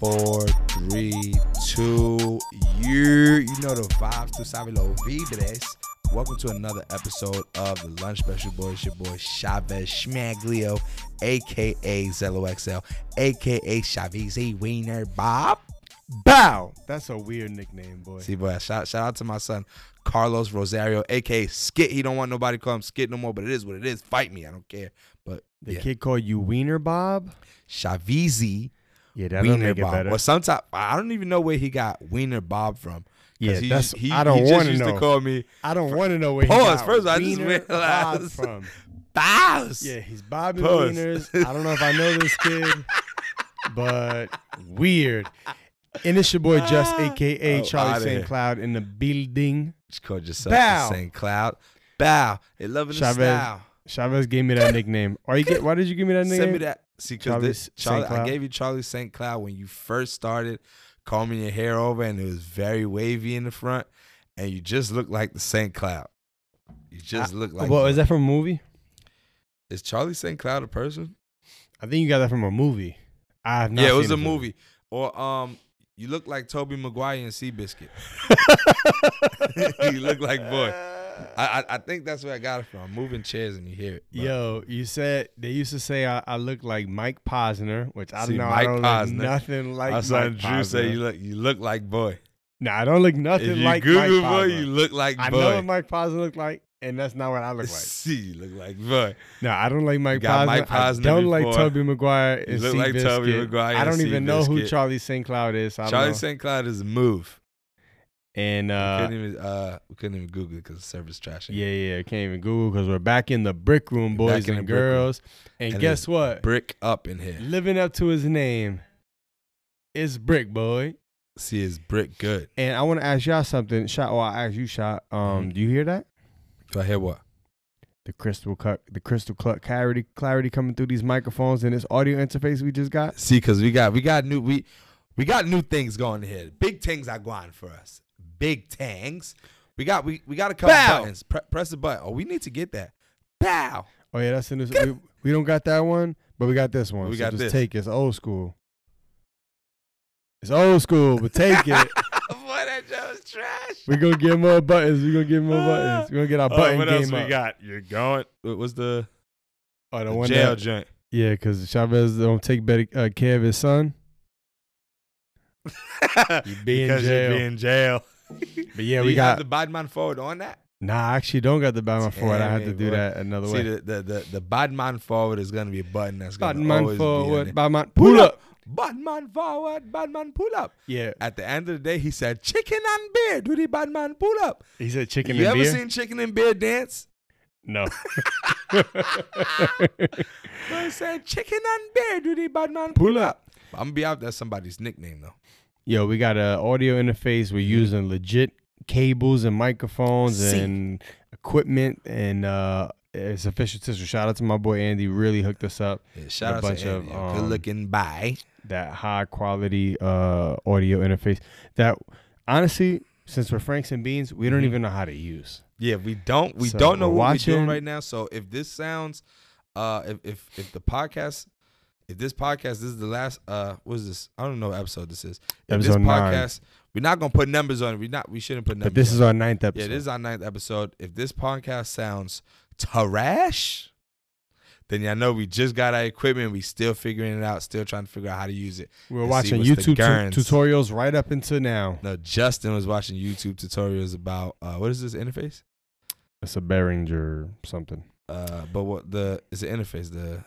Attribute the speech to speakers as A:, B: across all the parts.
A: four, three, two, you. You know the vibes to sabe lo vibres. Welcome to another episode of the Lunch Special Boys. It's your boy Chavez Schmaglio, aka ZelloXL, aka Chavez E. Wiener Bob.
B: Bow. That's a weird nickname, boy.
A: See, boy, shout, shout out to my son Carlos Rosario, aka Skit. He don't want nobody to call him Skit no more, but it is what it is. Fight me, I don't care. But
B: the
A: yeah.
B: kid called you Wiener Bob.
A: Chavez E.
B: Yeah, that'll
A: Wiener
B: make it
A: Bob.
B: better.
A: Well, sometimes I don't even know where he got Wiener Bob from. 'Cause
B: Yeah,
A: he,
B: that's-
A: he,
B: I don't
A: he just
B: wanna
A: used to
B: know.
A: call me
B: I don't want to know where he
A: Pause.
B: got
A: First, I just
B: Wiener Bob
A: realized.
B: from.
A: Bows.
B: Yeah, he's bobbing
A: Pause.
B: wieners. I don't know if I know this kid, but weird. And it's your boy Just, aka
A: Oh, outta
B: Charlie
A: here.
B: St. Cloud, in the building.
A: Just called yourself
B: Bow.
A: the St. Cloud. Bow. They loving the
B: Chavez,
A: style.
B: Chavez gave me that nickname. Or you get? Why did you give me that nickname?
A: Send me that. See, because
B: Charlie
A: this
B: St.
A: Charlie, I
B: Cloud.
A: gave you Charlie St. Cloud when you first started combing your hair over, and it was very wavy in the front, and you just looked like the St. Cloud. You just look like.
B: well,
A: one.
B: is that from a movie?
A: Is Charlie St. Cloud a person?
B: I think you got that from a movie. I have not.
A: yeah, it was
B: seen
A: a
B: this
A: movie. Or um, you look like Toby Maguire in Seabiscuit. you look like boy. I, I I think that's where I got it from. I'm moving chairs and you hear it. but-
B: Yo, you said they used to say I, I look like Mike Posner, which I
A: See,
B: don't know.
A: Mike
B: I don't
A: Posner.
B: look nothing like
A: I
B: Mike
A: saw Drew
B: Posner.
A: say you look you look like boy.
B: nah, I don't look
A: If
B: nothing
A: you
B: like
A: Google
B: Mike
A: boy,
B: Posner.
A: you look like boy.
B: I know what Mike Posner looked like, and that's not what I look like.
A: See, you look like boy.
B: No, I don't like Mike
A: got
B: Posner.
A: Mike Posner
B: I don't like
A: before.
B: Toby Maguire.
A: You
B: And
A: look like Tobey
B: Seabiscuit.
A: Maguire
B: I
A: and
B: don't even know who
A: Seabiscuit.
B: Charlie St. Cloud is. I don't
A: Charlie
B: know.
A: St. Cloud is a move.
B: and
A: we
B: uh,
A: couldn't even uh we couldn't even Google it because the server's trash.
B: yeah, yeah, can't even Google because we're back in the brick room,
A: We're back
B: boys
A: in
B: and
A: the brick room.
B: girls. And,
A: And
B: guess what?
A: Brick up in here.
B: Living up to his name, it's Brick Boy.
A: See, is brick good?
B: And I want to ask y'all something. Shot, or I ask you, Shot. Um,
A: Mhm.
B: do you hear that?
A: Do I hear what?
B: The crystal cut, the crystal cut clarity, clarity coming through these microphones and this audio interface we just got.
A: See, cause we got we got new we we got new things going here. Big things are going for us. Big tangs. We got we we got a couple
B: Bow.
A: buttons. Pre- press the button. Oh, we need to get that. Bow.
B: Oh yeah, that's in this. We, we don't got that one, but we got this one.
A: We
B: so
A: got
B: just
A: this.
B: take it. It's old school. It's old school, but take it.
A: Boy, that was trash.
B: We're gonna get more buttons. We're gonna get more buttons. We're gonna get our button
A: Uh, oh, what
B: game
A: else we
B: up.
A: got? You're going. What was the,
B: Oh, the,
A: the
B: one
A: jail
B: that-
A: joint?
B: yeah, because Chavez don't take better uh, care of his son. You be in
A: because
B: jail.
A: you be in jail.
B: But yeah,
A: Do
B: we
A: you
B: got.
A: have the Badman forward on that.
B: nah, I actually don't got the Batman forward. I
A: Damn
B: have
A: it,
B: to do
A: boy.
B: that another
A: See
B: way.
A: the the the, the Badman forward is gonna be a button that's gonna
B: Batman
A: always
B: forward,
A: be in
B: Batman
A: Pull
B: pull
A: up.
B: up.
A: there. Badman forward, Badman pull up.
B: Yeah,
A: At the end of the day, he said, "Chicken and beer, do the Badman pull up."
B: he said chicken
A: you
B: and
A: ever
B: beer.
A: seen chicken and beer dance?
B: no.
A: He said, "Chicken and beer, do the Badman pull up." I'm gonna be out. That's somebody's nickname though.
B: Yo, we got a audio interface. We're using legit cables and microphones
A: See.
B: and equipment, and uh, it's official. Sister, shout out to my boy Andy. Really hooked us up.
A: Yeah, shout out
B: bunch
A: to
B: of,
A: Andy, good
B: um,
A: looking bye.
B: That high quality uh, audio interface. That honestly, since we're Franks and Beans, we don't
A: Mhm.
B: even know how to use.
A: Yeah, we don't we
B: So,
A: don't know
B: we're
A: what we're doing
B: watching-
A: right now. So if this sounds uh if if if the podcast if this podcast this is the last uh what is this? I don't know what episode this is. If
B: Episode
A: this
B: nine.
A: podcast we're not gonna put numbers on it. We not we shouldn't put numbers
B: But this is
A: on
B: our ninth
A: it.
B: episode.
A: Yeah, this is our ninth episode. If this podcast sounds trash, then y'all know we just got our equipment, we still figuring it out, still trying to figure out how to use it.
B: We're
A: see
B: watching
A: what's the
B: YouTube
A: gurns.
B: tu- tutorials right up until now.
A: No, Justin was watching YouTube tutorials about uh what is this interface?
B: It's a Behringer something.
A: Uh, but what the is the interface the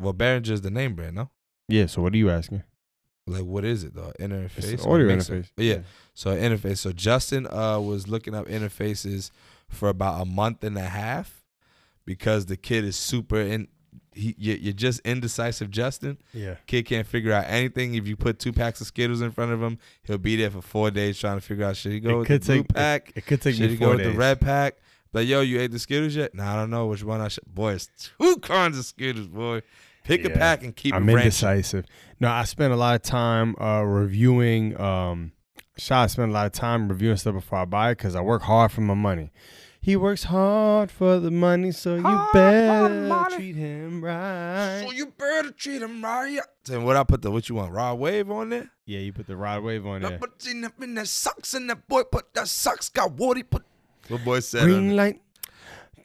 A: well Behringer is the name brand, no?
B: Yeah. So what are you asking?
A: Like what is it though? Interface.
B: It's an
A: or
B: audio
A: mixer?
B: interface.
A: Yeah. So interface. So Justin uh was looking up interfaces for about a month and a half because the kid is super in. He you- you're just indecisive, Justin.
B: Yeah.
A: Kid can't figure out anything. If you put two packs of Skittles in front of him, he'll be there for four days trying to figure out should he go
B: It
A: with
B: could
A: the blue
B: take- it-
A: pack,
B: It could take
A: should
B: me
A: he
B: four
A: go with
B: days.
A: the red pack? Like, yo, you ate the Skittles yet? Nah, I don't know which one I should. Boy, it's two kinds of Skittles, boy. Pick a
B: Yeah.
A: pack and keep
B: I'm
A: it ranching.
B: indecisive. No, I spent a lot of time uh, reviewing. Um, shot. I spent a lot of time reviewing stuff before I buy it because I work hard for my money. He works hard for the money, so you
A: Hard for the
B: better
A: money.
B: treat him right.
A: So you better treat him right. Then what I put the what you want raw wave on there?
B: yeah, you put the rod wave on
A: I
B: there.
A: put in up in that sucks and that boy put that sucks got woody put. What boy said? uh,
B: Green light,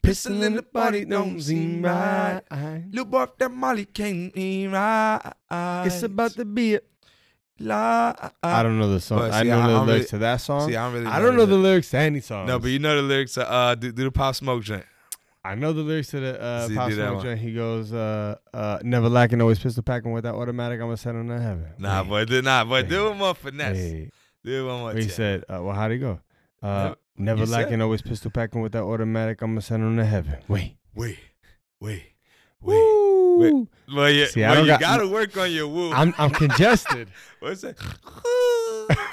A: Pistol
B: pistol in the body don't seem right.
A: Little boy if that Molly came in right.
B: It's about to be a.
A: lie.
B: I don't know the song.
A: But
B: I
A: see,
B: know
A: I- I
B: the
A: don't
B: lyrics
A: really-
B: to that song.
A: See, I don't really.
B: I don't know the lyrics to any song.
A: No, but you know the lyrics. To, uh, do, do the pop smoke joint.
B: I know the lyrics to the uh,
A: See,
B: Pop
A: do that
B: Smoke
A: one.
B: joint. He goes, uh, uh, "Never lacking, always pistol packing. With that automatic, I'ma send him to heaven."
A: Nah,
B: Wait,
A: boy, did nah, boy,
B: Wait.
A: do it more finesse.
B: wait.
A: Do it one more.
B: But he
A: time.
B: said, uh, "Well, how'd he go? Uh,
A: you
B: never
A: said
B: lacking,
A: it.
B: always pistol packing. With that automatic, I'ma send him to heaven." Wait,
A: wait, wait, wait.
B: wait.
A: Well, yeah,
B: See, I
A: well,
B: don't
A: you
B: got-
A: gotta work on your woo.
B: I'm I'm congested.
A: What's that?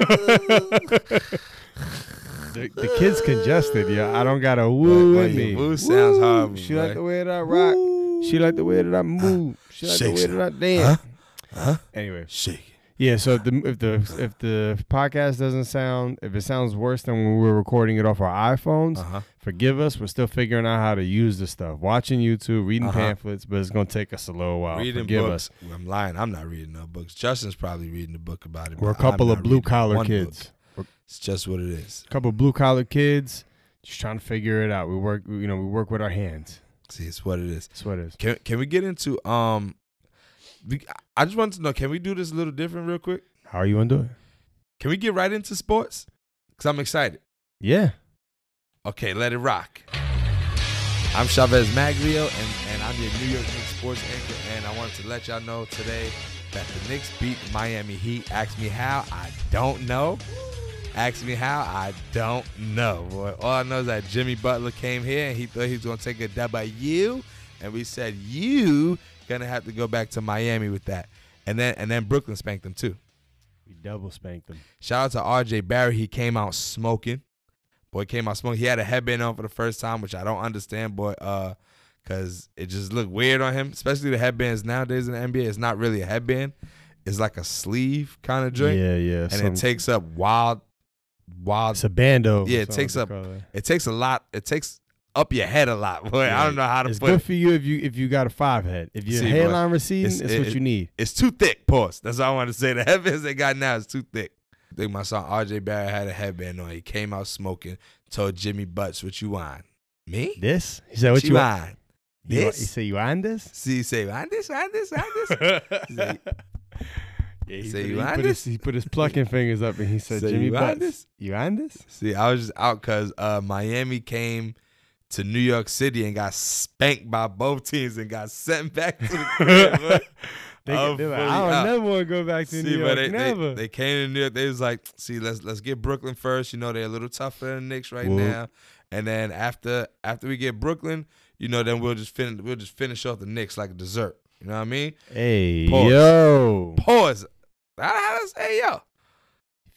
B: the, the kid's congested, yeah. I don't got a woo
A: Well,
B: in
A: yeah,
B: me.
A: woo sounds horrible,
B: She like
A: boy.
B: the way that I rock. She like the way that I move. She like the
A: Shakes
B: way
A: it.
B: that I dance.
A: Huh?
B: Anyway,
A: Shake.
B: yeah. So if the if the if the podcast doesn't sound if it sounds worse than when we were recording it off our iPhones,
A: Uh huh.
B: forgive us. We're still figuring out how to use this stuff. Watching YouTube, reading
A: Uh-huh.
B: pamphlets, but it's gonna take us a little while.
A: reading
B: forgive
A: books.
B: us.
A: I'm lying. I'm not reading no books. Justin's probably reading a book about it.
B: We're a
A: but I'm
B: couple
A: not
B: of blue
A: reading
B: collar
A: one
B: kids.
A: book. It's just what it is.
B: couple blue collar kids just trying to figure it out. We work, you know, we work with our hands.
A: See, it's what it is.
B: That's what it is.
A: Can can we get into um? we- I just wanted to know. Can we do this a little different, real quick?
B: How are you gonna do it?
A: Can we get right into sports? Cause I'm excited.
B: Yeah.
A: Okay, let it rock. I'm Chavez Maglio, and, and I'm your New York Knicks sports anchor. And I wanted to let y'all know today that the Knicks beat Miami Heat. Ask me how, I don't know. Ask me how, I don't know. Boy, all I know is that Jimmy Butler came here and he thought he was going to take a W, and we said you gonna have to go back to Miami with that. And then and then Brooklyn spanked them too.
B: We double spanked them.
A: Shout out to RJ Barry. He came out smoking. Boy came out smoking. He had a headband on for the first time, which I don't understand, boy, uh, cause it just looked weird on him. Especially the headbands nowadays in the NBA. It's not really a headband. It's like a sleeve kind of drink.
B: Yeah, yeah.
A: and it takes up wild wild
B: it's a bando.
A: Yeah, it
B: That's what
A: takes
B: they
A: up-
B: call it.
A: it takes a lot it takes up your head a lot, boy. I don't know how to
B: It's
A: put
B: good
A: it.
B: for you if you if you got a five head. If your
A: See, boy,
B: hairline receding, it's,
A: it's- it-
B: what you need.
A: It's too thick, pause. That's all I want to say. The headbands they got now is too thick. I think my son RJ Barry had a headband on. He came out smoking, told Jimmy Butts, what you on? Me?
B: This? He said, "What
A: she
B: you want?
A: lying.
B: You, want-
A: This?
B: you say you on this?"
A: See, say, I this, I this, I this.
B: yeah,
A: Say-
B: he,
A: say
B: put,
A: you
B: he,
A: on
B: put
A: this?
B: his, he put his plucking fingers up and he said,
A: Say
B: "Jimmy
A: you on
B: Butts,
A: this?
B: you on this?"
A: See, I was just out because uh, Miami came to New York City and got spanked by both teams and got sent back to the crib. boy.
B: They,
A: I'm
B: could do it.
A: fully
B: I don't
A: out.
B: never want to go back to
A: See,
B: New
A: but
B: York.
A: they,
B: never.
A: They, they came to New York. They was like, see, let's let's get Brooklyn first. You know, they're a little tougher than the Knicks right
B: Whoop.
A: now. And then after after we get Brooklyn, you know, then we'll just finish we'll just finish off the Knicks like a dessert. You know what I mean?
B: Hey,
A: Pause.
B: yo.
A: Pause. I, I say yo.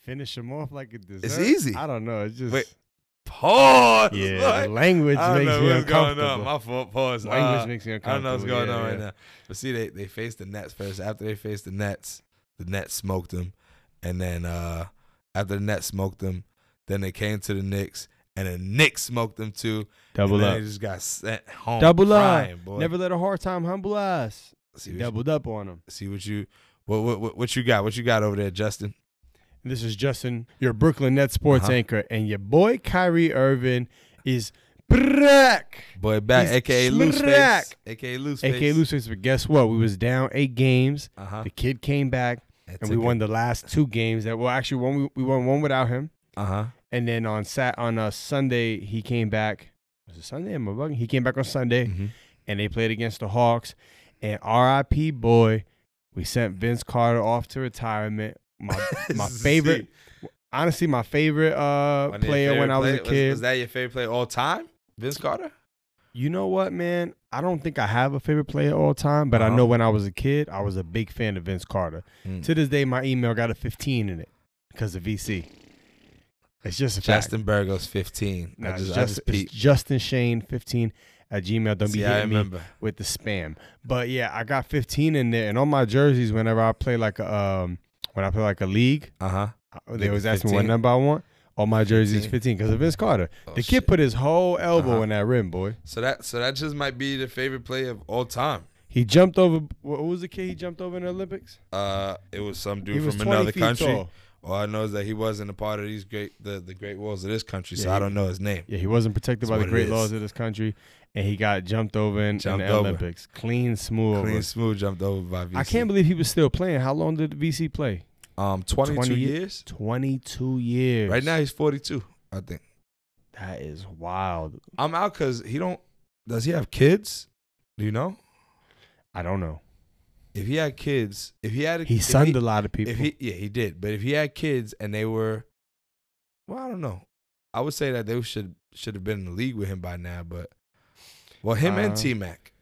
B: Finish them off like a dessert.
A: easy.
B: I don't know. It's just.
A: Wait, Pause.
B: yeah,
A: boy.
B: the language
A: I don't
B: makes
A: know
B: me
A: what's going
B: uncomfortable.
A: on. My fault. Pause.
B: language
A: Uh,
B: makes me
A: I don't know
B: uncomfortable.
A: what's going
B: yeah,
A: on right
B: yeah.
A: now. But see, they they faced the Nets first. After they faced the Nets, the Nets smoked them, and then uh, after the Nets smoked them, then they came to the Knicks, and the Knicks smoked them too.
B: Double
A: and then
B: up.
A: They just got sent home.
B: Double up.
A: crying, Boy.
B: Never let a hard time humble us.
A: see what,
B: Doubled up on them.
A: you, see what you what, what what what you got? What you got over there, Justin?
B: This is Justin, your Brooklyn Nets sports
A: Uh-huh.
B: anchor, and your boy Kyrie Irving is back.
A: Boy back,
B: He's
A: aka loose face,
B: smack.
A: aka loose face,
B: AKA losers, but guess what? We was down eight games.
A: Uh huh.
B: The kid came back, and we won the last two games. That well, actually, one we, we won one without him.
A: Uh huh.
B: And then on sat on uh, Sunday, he came back. Was it Sunday? Am I bugging? He came back on Sunday,
A: Mm-hmm.
B: and they played against the Hawks. And RIP boy, we sent Vince Carter off to retirement. My my favorite, honestly, my favorite uh player when I was a kid.
A: Was, that your favorite player all time? Vince Carter?
B: you know what, man? I don't think I have a favorite player all time, but I
A: Uh-huh. Mm.
B: know when I was a kid, I was a big fan of Vince Carter. To this day, my email got a 15 in it because of VC. It's just a fact.
A: Justin Burgos, 15.
B: No,
A: I just,
B: it's,
A: I
B: just,
A: just
B: it's
A: peeped.
B: Justin Shane 15 at Gmail. Don't
A: See,
B: be
A: I
B: hitting me
A: remember.
B: with the spam. But yeah, I got 15 in there, and on my jerseys, whenever I play like a um, when I play like a league,
A: Uh huh.
B: they
A: League
B: always
A: of
B: ask me what
A: 15?
B: number I want. All my jerseys
A: 15.
B: 15 because of Vince Carter.
A: Oh,
B: the
A: shit.
B: kid put his whole elbow
A: Uh-huh.
B: in that rim, boy.
A: So that so that just might be the favorite play of all time.
B: He jumped over. What was the kid he jumped over in the Olympics?
A: Uh, it was some dude
B: he was
A: from
B: 20
A: another
B: feet
A: country.
B: tall.
A: All I know is that he wasn't a part of these great the, the great walls of this country, so
B: Yeah,
A: I
B: he-
A: don't know his name.
B: Yeah, he wasn't protected
A: That's
B: by the
A: what it
B: great
A: is.
B: laws of this country, and he got jumped over in, in
A: Jumped
B: the
A: over.
B: Olympics. Clean, smooth.
A: Clean
B: over.
A: smooth jumped over by VC.
B: I can't believe he was still playing. How long did VC play?
A: um twenty two
B: 20
A: years.
B: 22 years.
A: Right now he's forty two, I think.
B: That is wild.
A: I'm out because he don't. Does he have kids? Do you know?
B: I don't know.
A: If he had kids, if he had, a,
B: He
A: if
B: sunned a lot of people.
A: If he, yeah, he did. But if he had kids and they were, well, I don't know. I would say that they should should have been in the league with him by now. But well, him
B: Uh,
A: and T Mac,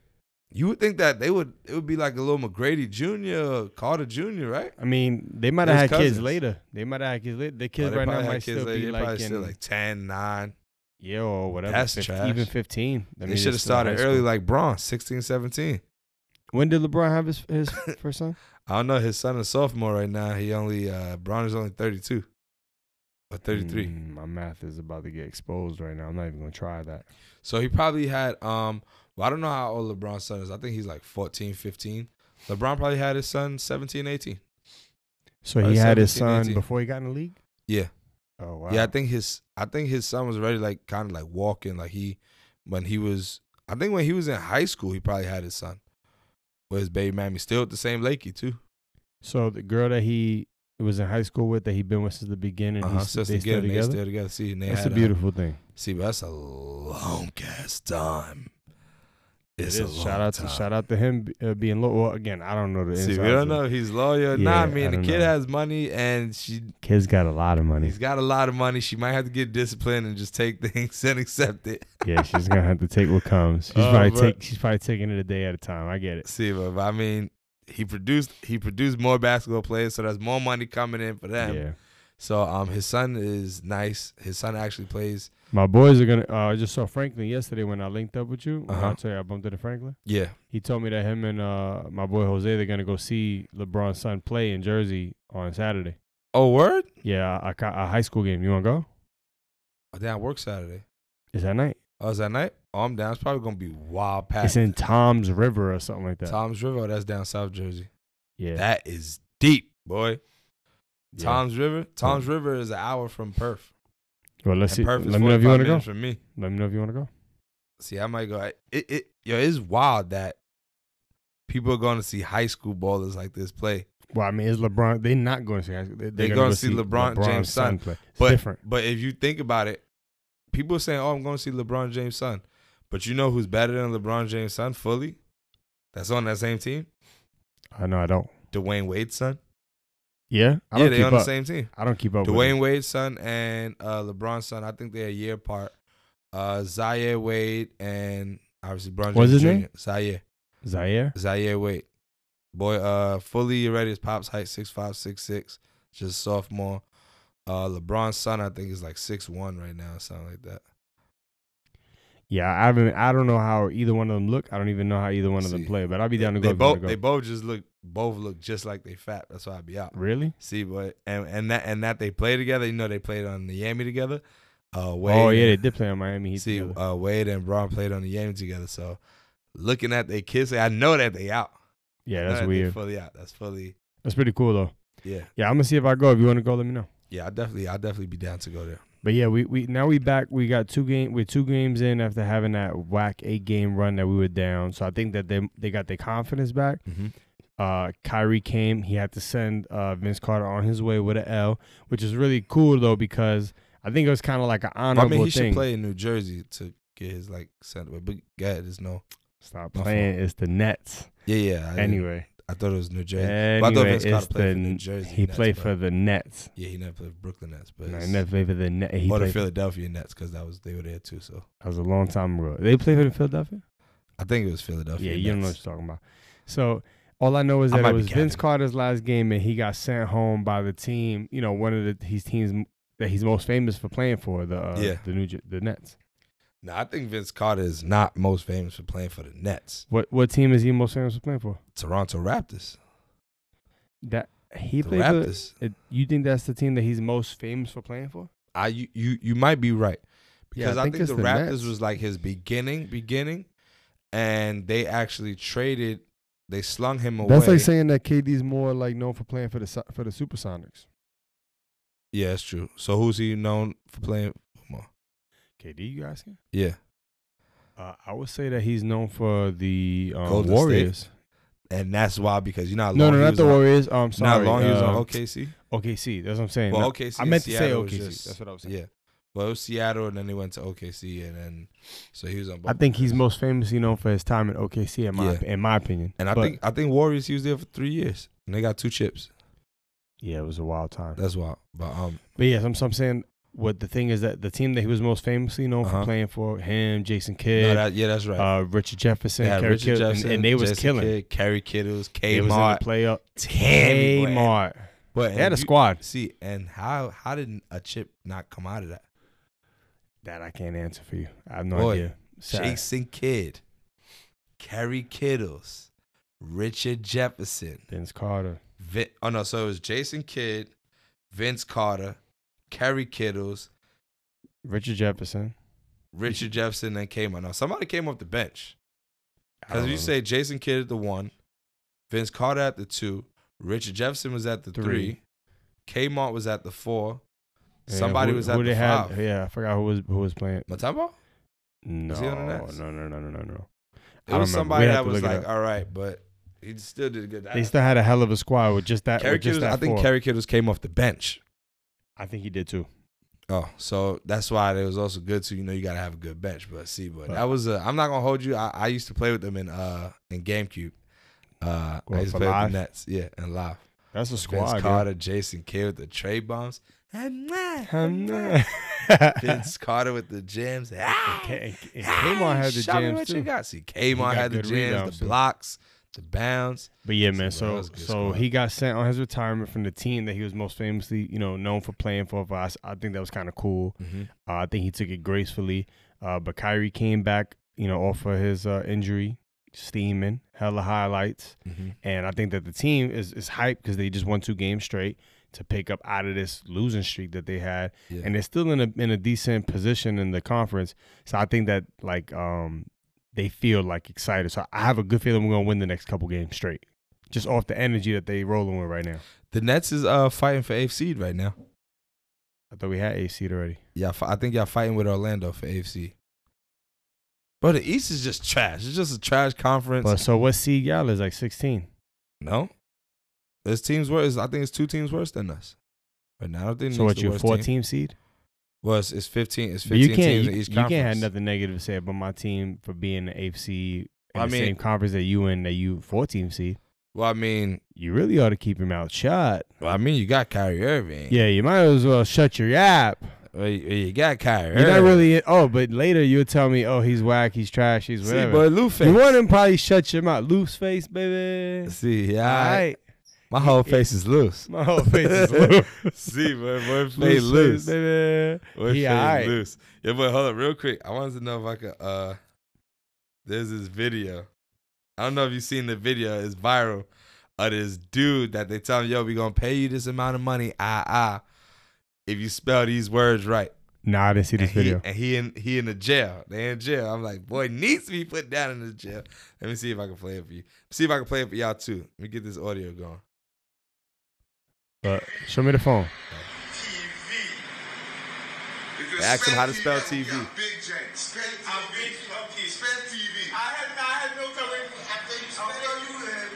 A: you would think that they would. It would be like a little McGrady Jr., Carter Jr., right?
B: I mean, they might have
A: His
B: had
A: cousins.
B: kids later. They might have had kids later. The
A: Or
B: kids
A: they
B: right now
A: probably had
B: might
A: kids
B: still
A: later.
B: be
A: They
B: like
A: probably
B: in
A: still like 10, 9.
B: yeah or whatever.
A: That's
B: 15
A: trash.
B: Even 15. I mean,
A: They
B: they're
A: should have
B: still in
A: started
B: high
A: early
B: school.
A: like Braun, 16, 17.
B: when did LeBron have his, his first son?
A: I don't know. His son is sophomore right now. He only uh Braun is only thirty two or thirty three.
B: Mm, my math is about to get exposed right now. I'm not even gonna try that.
A: So he probably had um well, I don't know how old LeBron's son is. I think he's like 14, 15. LeBron probably had his son 17, 18.
B: So
A: Probably
B: he had his
A: 17,
B: son
A: 18.
B: before he got in the league.
A: Yeah.
B: Oh wow.
A: Yeah, I think his I think his son was already like kind of like walking like he when he was I think when he was in high school he probably had his son. With his baby mammy still at the same Lakey too.
B: So the girl that he was in high school with that he been with since the beginning,
A: Uh-huh.
B: he's,
A: So
B: they
A: again,
B: still
A: they
B: together.
A: still together. See, and they
B: That's a
A: had uh,
B: beautiful thing.
A: see, but that's a long ass time. It's
B: It
A: a
B: is.
A: long
B: shout out
A: time.
B: to shout out to him uh, being low. Well, again, I don't know the
A: See,
B: inside.
A: we don't know if he's loyal or not. I
B: Yeah,
A: mean,
B: I
A: the
B: don't
A: kid
B: know.
A: has money, and she
B: Kid's got a lot of money.
A: He's got a lot of money. She might have to get disciplined and just take things and accept it.
B: yeah, she's gonna have to take what comes. She's
A: Oh,
B: probably
A: bro.
B: take. She's probably taking it a day at a time. I get it.
A: See, but I mean, he produced he produced more basketball players, so there's more money coming in for them.
B: Yeah,
A: So um, his son is nice. His son actually plays.
B: my boys are gonna. Uh, I just saw Franklin yesterday when I linked up with you. When
A: Uh-huh.
B: I tell you I bumped into Franklin.
A: Yeah,
B: He told me that him and uh, my boy Jose they're gonna go see LeBron's son play in Jersey on Saturday.
A: Oh, word?
B: Yeah, a, co- a high school game. You wanna go?
A: Oh, damn, I work Saturday.
B: Is that night?
A: Oh, is that night? Oh, I'm down. It's probably gonna be wild packed.
B: It's in Tom's River or something like that.
A: Tom's River. Oh, that's down South Jersey.
B: yeah,
A: That is deep, boy.
B: yeah.
A: Tom's River. Tom's River is an hour from Perth.
B: Well, let's
A: And
B: see. Let
A: Perth is
B: me know if you
A: 45
B: wanna go.
A: minutes From me.
B: Let me know if you wanna go.
A: See, I might go. I- It, it, yo, it's wild that people are going to see high school ballers like this play.
B: Well, I mean, it's LeBron. They're not going to see. They're,
A: They gonna see LeBron James' son,
B: play. It's
A: But
B: different.
A: But if you think about it, people are saying, "Oh, I'm going to see LeBron James' son," but you know who's better than LeBron James' son fully? That's on that same team,
B: I know I don't.
A: Dwayne Wade's son.
B: Yeah, I
A: yeah,
B: don't
A: they
B: keep
A: on
B: up.
A: the same team.
B: I don't keep up. with
A: Dwayne
B: it.
A: Wade's son and uh, LeBron's son. I think they're a year apart. Uh, Zaire Wade and obviously LeBron James
B: What's his
A: Jr.
B: name?
A: Zaire.
B: Zaire.
A: Zaire Wade. Boy, uh fully already is Pop's height, six five, six six, just sophomore. Uh LeBron's son, I think, is like six one right now, something like that.
B: Yeah, I haven't. I don't know how either one of them look. I don't even know how either one of them
A: See,
B: play. But I'll be down to go.
A: they
B: if you wanna
A: both
B: go.
A: they both just look both look just like they fat. That's why I be out.
B: really.
A: See, but and and that and that they play together. You know they played on the Yami together. Uh Wade
B: Oh yeah, they did play on Miami Heat.
A: see
B: together.
A: uh Wade and Braun played on the Yami together. So looking at they kiss, I know that they out. I
B: yeah,
A: know
B: that's
A: that they
B: weird.
A: fully out. That's fully
B: That's pretty cool though.
A: yeah.
B: Yeah, I'm gonna see if I go. If you want to go, let me know.
A: Yeah, I definitely I'll definitely be down to go there.
B: But yeah, we, we now we back. We got two game. We're two games in after having that whack eight game run that we were down. So I think that they they got their confidence back.
A: Mm-hmm.
B: uh, Kyrie came. He had to send uh, Vince Carter on his way with an L, which is really cool though because I think it was kind of like an
A: I
B: honorable
A: mean, he
B: thing.
A: should play in New Jersey to get his like sent away. But God, there's no.
B: Stop
A: My
B: playing. It's the Nets.
A: Yeah, yeah. I,
B: Anyway,
A: I thought it was New Jersey. but I thought
B: anyway,
A: Vince Carter
B: it's
A: played for New
B: the
A: Jersey
B: he
A: Nets,
B: played
A: but-
B: for the Nets.
A: Yeah, he never played for Brooklyn Nets, but
B: No,
A: it's-
B: he never played for the Net. He
A: or the
B: played.
A: Philadelphia Nets because that was they were there too. So
B: that was a long time ago. They played for the Philadelphia.
A: I think it was Philadelphia.
B: yeah, you don't know what
A: Nets.
B: you're talking about. So all I know is
A: I
B: that
A: might
B: it
A: be
B: was Vince
A: capping.
B: Carter's last game, and he got sent home by the team. You know, one of the his teams m- that he's most famous for playing for the uh,
A: Yeah.
B: the New Jer- the Nets.
A: No, I think Vince Carter is not most famous for playing for the Nets.
B: What what team is he most famous for playing for?
A: Toronto Raptors.
B: That he
A: The
B: played for.
A: Raptors.
B: it- you think that's the team that he's most famous for playing for?
A: I you you, you might be right
B: Yeah, I
A: because I,
B: think
A: think,
B: it's
A: the
B: the
A: Raptors
B: Nets.
A: was like his beginning beginning, and they actually traded. They slung him away.
B: That's like saying that KD's more like known for playing for the Si- for the Supersonics.
A: yeah, it's true. So who's he known for playing?
B: KD, you asking?
A: Yeah,
B: Uh, I would say that he's known for the um,
A: Golden State?
B: Warriors.
A: and that's why because you know how long
B: No, no,
A: he
B: not
A: was
B: the
A: on-
B: Warriors. Um,
A: you know how
B: sorry,
A: long he was
B: um,
A: on OKC.
B: OKC. That's what I'm saying.
A: Well,
B: Not-
A: OKC.
B: I
A: and
B: meant to say
A: Seattle was
B: OKC.
A: just-
B: That's what I was saying.
A: Yeah. Well, it was Seattle, and then he went to OKC, and then so he was on. Both
B: I think he's
A: teams.
B: most famously known for his time at OKC, in my
A: Yeah.
B: in my opinion.
A: And I
B: But-
A: think I think Warriors. He was there for three years, and they got two chips.
B: yeah, it was a wild time.
A: That's why. But um,
B: But yes, I'm, so I'm saying what the thing is that the team that he was most famously known
A: Uh-huh.
B: for playing for him, Jason
A: no,
B: Kidd,
A: that, yeah, that's right.
B: uh, Richard Jefferson,
A: They had
B: Kerry
A: Richard
B: Kidd, and-
A: Jefferson,
B: and, they was
A: Jason
B: killing.
A: Kidd, Kerry Kiddles,
B: They was in
A: Kmart,
B: the playoff.
A: Tammy Bland.
B: Kmart.
A: But
B: They had a
A: you-
B: squad
A: See, and how how did a chip not come out of that?
B: that I can't answer for you. I have no
A: Boy,
B: idea. Sad.
A: Jason Kidd, Kerry Kiddles, Richard Jefferson.
B: Vince Carter.
A: Vin- oh no, so it was Jason Kidd, Vince Carter, Kerry Kittles,
B: Richard Jefferson.
A: Richard Jefferson, and Kmart. Now somebody came off the bench
B: I
A: because
B: don't
A: you
B: know.
A: say Jason Kidd at the one, Vince Carter at the two, Richard Jefferson was at the three,
B: Three.
A: Kmart was at the four.
B: Yeah,
A: somebody
B: who-
A: was at
B: who
A: the
B: they had-
A: five.
B: Yeah, I forgot who was who was playing.
A: Matumbo?
B: No,
A: he on the
B: no,
A: Nets?
B: no, no, no, no, no. I
A: It
B: don't
A: was
B: remember.
A: somebody
B: We'd have
A: that
B: to
A: was
B: look it
A: like,
B: up.
A: all right, but he still did good.
B: They still had a hell of a squad with just that.
A: Kerry
B: With just
A: Kittles,
B: that
A: I think
B: four.
A: Kerry Kittles came off the bench.
B: I think he did too.
A: Oh, so that's why it was also good to you know you gotta have a good bench. But see, but that
B: But-
A: was a, I'm not gonna hold you. I, I used to play with them in uh in GameCube. Uh, I
B: Well,
A: used to
B: for
A: play
B: live?
A: with the Nets, yeah, and live.
B: That's a
A: Vince
B: squad.
A: Carter, Jason Kidd with the trade bombs. And mwah, and mwah.
B: Vince
A: Vince Carter with the jams.
B: K- and Kmart had the
A: Show me
B: jams
A: what
B: too.
A: you got. See, Kmart
B: got
A: had the
B: good
A: jams,
B: rebounds,
A: the
B: too.
A: blocks, the bounds.
B: But yeah,
A: So
B: man.
A: that
B: So
A: was a good
B: so
A: squad.
B: he got sent on his retirement from the team that he was most famously, you know, known for playing for. For us, I think that was kind of cool.
A: Mm-hmm,
B: Uh, I think he took it gracefully. Uh, but Kyrie came back, you know, off of his uh, injury, steaming, hella highlights,
A: mm-hmm.
B: and I think that the team is is hyped because they just won two games straight to pick up out of this losing streak that they had.
A: Yeah.
B: and they're still in a in a decent position in the conference. So I think that like um they feel like excited. So I have a good feeling we're gonna win the next couple games straight, just off the energy that they rolling with right now.
A: The Nets is uh fighting for eighth seed right now.
B: I thought we had a seed already.
A: Yeah, fi- I think y'all fighting with Orlando for AFC. But the East is just trash. It's just a trash conference.
B: But so what seed y'all is like sixteen?
A: no, there's teams worse. I think it's two teams worse than us. But now I don't think
B: So
A: it's
B: what
A: the
B: you
A: worst
B: four
A: team.
B: team seed?
A: Well, it's, it's fifteen. It's
B: But
A: fifteen
B: you can't
A: teams
B: you,
A: in each
B: you
A: conference.
B: can't have nothing negative to say about my team for being the AFC in
A: I
B: the
A: mean-
B: same conference that you in that you four team seed.
A: Well, I mean,
B: You really ought to keep your mouth shut.
A: well, I mean, you got Kyrie Irving.
B: Yeah, you might as well shut your app.
A: Well, you, you got Kyrie.
B: You're not
A: Irving.
B: really. Oh, but later you'll tell me, oh, he's whack, he's trash, he's
A: See,
B: whatever.
A: but Luffy.
B: you want him probably shut your mouth, loose face, baby.
A: See,
B: All
A: yeah,
B: right,
A: my whole face is loose.
B: my whole face is loose.
A: See, boy, boy, face
B: Loose
A: loose.
B: face, baby.
A: Boy,
B: He
A: fade
B: alright.
A: loose. Yeah, but hold up, real quick. I wanted to know if I could. uh There's this video. I don't know if you've seen the video. It's viral. Of this dude that they tell him, "Yo, we gonna pay you this amount of money, ah ah, if you spell these words right."
B: Nah, I didn't see
A: And
B: this
A: he,
B: video.
A: and he in he in the jail. They in jail. I'm like, boy, needs to be put down in the jail. Let me see if I can play it for you. See if I can play it for y'all too. Let me get this audio going.
B: But show me the phone.
C: TV.
A: They asked him how to spell TV.
C: Big J. Spell TV. Spell TV. I had, I had no color. I thought you spelled it. you had it.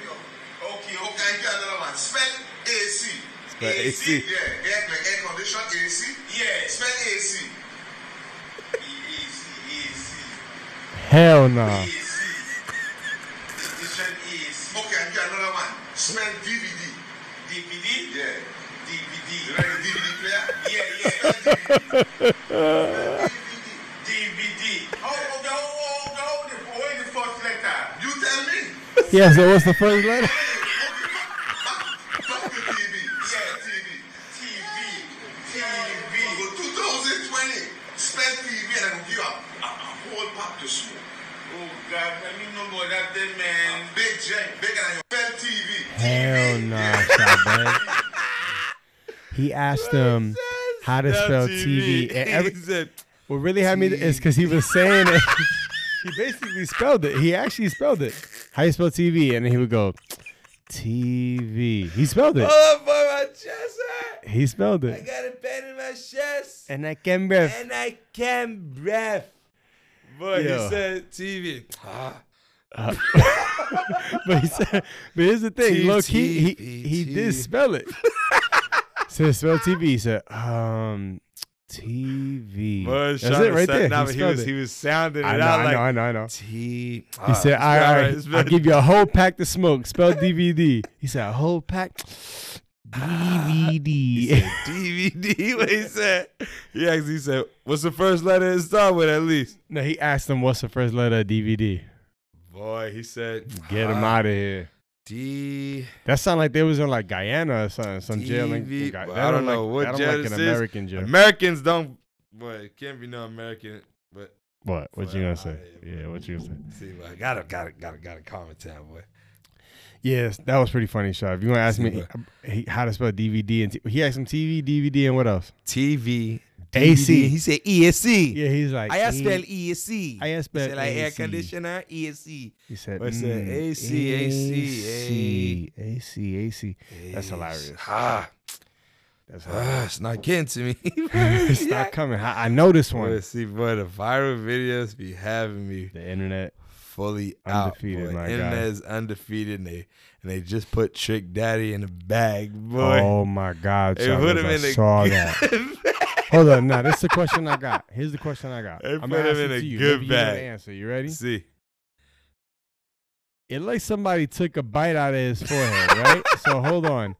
C: Okay, okay, you got another one. Spell AC.
A: Spell AC.
C: Yeah, air, like air condition AC. Yeah. Spell AC. E Easy, easy,
B: Hell nah.
C: easy. Condition AC. Okay, you got another one. Spell DVD. DVD? Yeah. DVD. You like a DVD player? Yeah, yeah. Spell DVD. DVD. Oh, oh, no, oh, no, the- wait the first letter. You tell me.
B: Yeah. So what's the first letter?
C: Fuck the TV. Yeah, TV. TV. TV. For 2020, spend TV and I will give you a, a, a whole pack to smoke. Oh, God, let me know more that day, man. Big J, bigger than your spend TV.
B: Hell nah, Shabazz. He asked him. how to spell TV. And every,
A: he said,
B: what really had me is because he was saying it. he basically spelled it. He actually spelled it. How you spell TV? And he would go, TV. He spelled it.
A: "Oh, boy, my chest hurt.
B: He spelled
A: I
B: it.
A: got a pain in my chest,
B: And I can breathe.
A: and I can't breathe." Boy,
B: Yo.
A: he said TV. Ah,
B: But, he said, but here's the thing.
A: T-
B: Look, he, he,
A: T-
B: he did
A: T.
B: spell it. so spell TV. He said, um, TV.
A: boy,
B: That's
A: Sean
B: it right
A: said-
B: there.
A: nah,
B: He
A: but he
B: spelled
A: was
B: it.
A: he was sounding it
B: I know,
A: out
B: I
A: like
B: know, I know, I know.
A: T. Oh,
B: He said, all right, all right,
A: it's
B: I'll
A: better.
B: give you a whole pack to smoke. Spell DVD. He said, a whole pack.
A: Ah,
B: DVD.
A: DVD. What he said? He asked. He said, "What's the first letter it start with?" At least.
B: no, he asked him, what's the first letter of DVD?
A: Boy, he said, "Ah,
B: Get him out of here.
A: D.
B: That sound like they was in like Guyana or something, some jail. In,
A: TV.
B: Guy-
A: Well,
B: that
A: I
B: don't
A: don't know
B: like,
A: what
B: that don't
A: jail
B: like
A: this
B: an
A: is.
B: American jail.
A: Americans don't. Boy, it can't be no American. But
B: what? What you
A: Well,
B: gonna say?
A: I-
B: Yeah, what you gonna say?
A: see, I gotta, gotta, gotta, gotta comment that boy.
B: Yes, that was pretty funny, Shaw. If you wanna ask me
A: Super.
B: he, how to spell DVD and t- he asked him TV, DVD, and what else?
A: TV.
B: AC.
A: He said E ESC.
B: Yeah, he's like
A: I spell
B: "Mm."
A: ESC.
B: I
A: He
B: spell
A: said like air
B: AC.
A: conditioner, E ESC.
B: He said,
A: What's that?
B: "Mm,
A: AC, AC,
B: AC, AC." That's hilarious.
A: Ah,
B: That's hilarious.
A: ah, it's not getting to me.
B: it's not coming. I, I know this
A: Boy,
B: one.
A: see, boy, the viral videos be having me
B: The internet.
A: fully
B: Undefeated,
A: out. Boy.
B: my guy.
A: Internet is undefeated, and they and they just put Trick Daddy in the bag, boy.
B: Oh my God!
A: They
B: Charles,
A: put him
B: I
A: in a
B: saw that. Hold on, now this is the question I got. Here's the question I got.
A: They
B: I'm
A: put him
B: gonna ask
A: in
B: it
A: a
B: to you.
A: good
B: Maybe you know the
A: bag.
B: answer. You ready?
A: See,
B: It like somebody took a bite out of his forehead, right? so hold on.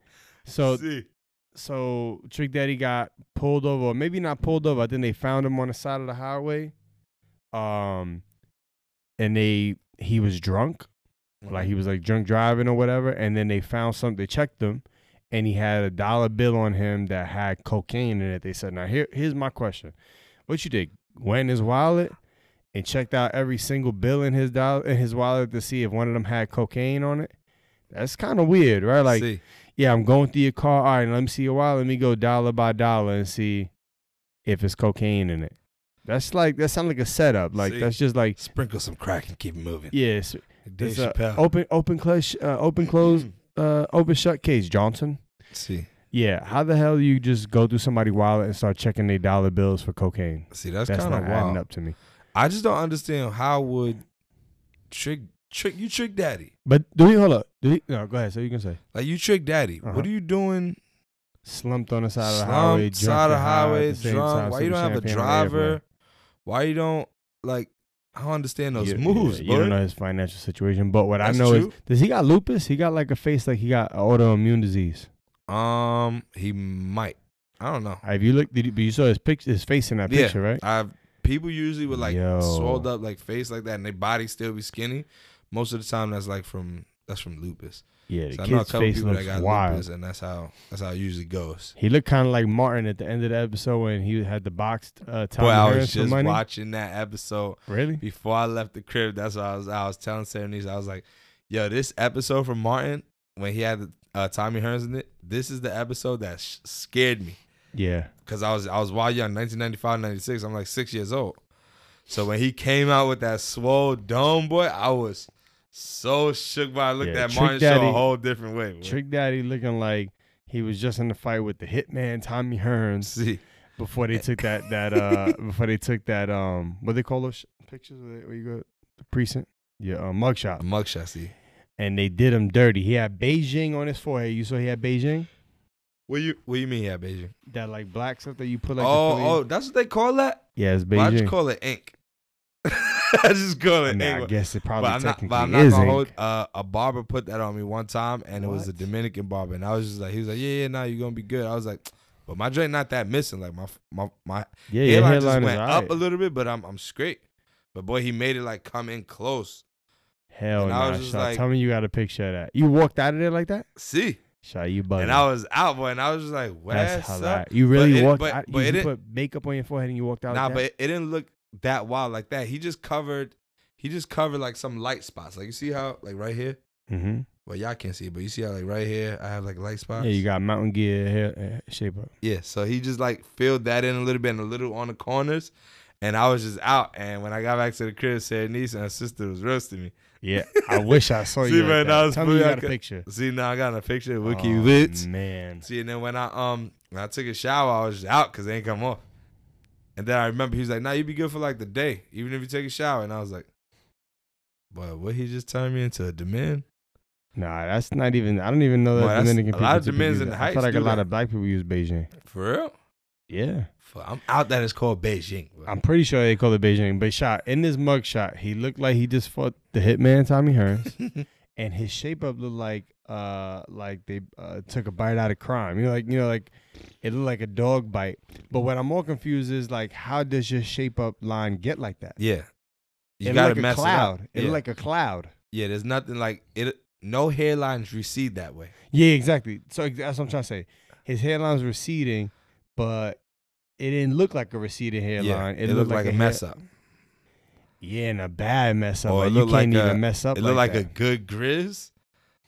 B: So
A: see,
B: so Trick Daddy got pulled over, or maybe not pulled over. I think they found him on the side of the highway. Um, and they he was drunk, like he was like drunk driving or whatever. And then they found something. They checked him, and he had a dollar bill on him that had cocaine in it. They said, "Now here here's my question: What you did? Went in his wallet and checked out every single bill in his dollar in his wallet to see if one of them had cocaine on it." That's kind of weird, right? Like
A: see.
B: yeah, I'm going through your car. All right, let me see your wallet. Let me go dollar by dollar and see if it's cocaine in it. That's like that sounds like a setup. Like
A: See.
B: that's just like
A: sprinkle some crack and keep it moving.
B: yes,
A: Dave
B: it's a
A: Chappelle. Mm.
B: open open close uh, open close uh, open shut case Johnson.
A: See,
B: Yeah, how the hell do you just go through somebody's wallet and start checking their dollar bills for cocaine?
A: see, that's,
B: That's
A: kind
B: not
A: of
B: adding
A: wild.
B: up to me.
A: I just don't understand how would trick trick you trick daddy
B: But do we hold up? Do we, no, go ahead. So you can say
A: like you trick daddy.
B: Uh-huh.
A: What are you doing?
B: slumped on the side of the
A: Slumped,
B: highway, drunk
A: side of the
B: and high at
A: highway,
B: the same time,
A: drunk. Why you
B: sipping
A: don't have a
B: champagne on the airplane.
A: driver? Why you don't like? I don't understand those
B: You-
A: moves,
B: yeah,
A: boy.
B: You don't know his financial situation, but what
A: That's
B: I know
A: true.
B: is, does he got lupus? He got like a face like he got autoimmune disease.
A: Um, he might. I don't know.
B: Uh, If you look, did you, but you saw his picture, his face in that
A: Yeah.
B: picture, right?
A: I people usually with like
B: Yo.
A: swelled up like face like that, and their body still be skinny. Most of the time, that's like from that's from lupus.
B: Yeah, the
A: So I know a
B: kid's
A: couple
B: face
A: people that
B: looks
A: got
B: wild.
A: lupus, and that's how that's how it usually goes.
B: He looked kind of like Martin at the end of the episode when he had the boxed uh, Tommy
A: Boy, I
B: Harris
A: was
B: for
A: just
B: money.
A: watching that episode
B: Really?
A: before I left the crib. That's what I was. I was telling Serenese, I was like, "Yo, this episode from Martin when he had uh, Tommy Hearns in it. This is the episode that sh- scared me."
B: Yeah.
A: because I was I was wild young, 1995, 96. I'm like six years old. So when he came out with that swole dome boy, I was so shook by. I looked
B: Yeah,
A: at
B: Trick
A: Martin Show
B: Daddy-
A: a whole different way. boy.
B: Trick Daddy looking like he was just in the fight with the hitman Tommy Hearns
A: See,
B: before they took that that uh before they took that um what they call those sh- pictures where where you go the precinct yeah uh, mugshot
A: a mugshot. See,
B: and they did him dirty. He had Beijing on his forehead. You saw he had Beijing,
A: what you what you mean, yeah, Beijing?
B: that like black stuff that you put like.
A: oh,
B: the
A: oh, that's what they call that.
B: yeah, it's
A: Why don't you
B: Beijing.
A: call it ink? I just call
B: I,
A: it
B: mean, I
A: ink. boy.
B: guess it
A: But
B: probably
A: I'm not,
B: technically
A: but I'm not
B: is
A: gonna
B: ink.
A: hold. Uh, a barber put that on me one time, and it was a
B: What?
A: Dominican barber, and I was just like, he was like, yeah, yeah, now nah, you're gonna be good. I was like, but my joint not that missing. Like my my my Yeah,
B: yeah, your
A: hairline just
B: headline is
A: went up
B: alright.
A: a little bit, but I'm I'm straight. But boy, he made it like come in close.
B: Hell
A: and I
B: no,
A: was
B: nah,
A: just
B: Shaw.
A: like-
B: Tell me you got a picture of that. You walked out of there like that,
A: See,
B: Shaw. You bugging.
A: and I was out, boy, and I was just like, "What's
B: That's how
A: up?"
B: that. You really
A: it-
B: walked.
A: but-
B: out,
A: but
B: you
A: it
B: just put
A: didn't-
B: makeup on your forehead and you walked out.
A: Nah,
B: like
A: but
B: that?
A: it, it didn't look that wild like that. He just covered, he just covered like some light spots. Like you see how, like right here,
B: Mhm.
A: Well, y'all can't see, it, but you see how like right here, I have like light spots.
B: Yeah, you got mountain gear hair uh, shape up.
A: Yeah, so he just like filled that in a little bit and a little on the corners. And I was just out. And when I got back to the crib, said niece and her sister was roasting me.
B: Yeah, I wish I saw
A: See,
B: you. like
A: man,
B: that.
A: that was
B: Tell me you
A: pretty- I
B: got a
A: could-
B: picture.
A: See, now I got in a picture with Wiki
B: Oh,
A: Wits.
B: Man,
A: See, and then when I um when I took a shower, I was just out because they ain't come off. And then I remember he was like, "Nah, you be good for like the day, even if you take a shower." And I was like, "But what he just turned me into a demand?"
B: nah, that's not even. I don't even know
A: Boy,
B: that
A: that's- a
B: Dominican people.
A: lot of
B: typically
A: Dominicans
B: do
A: in
B: that.
A: the
B: I feel
A: Heights
B: like a
A: do
B: lot
A: that.
B: of black people use Beijing.
A: For real?
B: Yeah,
A: Fuck, I'm out that it's called Beijing. bro.
B: I'm pretty sure they call it Beijing. But shot in this mug shot, he looked like he just fought the hitman Tommy Hearns, and his shape up looked like uh like they uh, took a bite out of crime. You know, like you know, like it looked like a dog bite. But what I'm more confused is like, how does your shape up line get like that?
A: yeah, you
B: it
A: gotta
B: looked like
A: mess
B: a
A: it
B: cloud.
A: up.
B: It
A: yeah.
B: looked like a cloud.
A: yeah, there's nothing like it. No hairlines recede that way.
B: Yeah, exactly. So ex- that's what I'm trying to say. His hairline's receding, but it didn't look like a receding hairline.
A: yeah, it, looked like, a
B: hair-
A: mess up.
B: Yeah, and a bad mess up.
A: Or it
B: like you
A: looked
B: can't
A: like
B: even
A: a-
B: mess up.
A: It looked like,
B: that.
A: a good grizz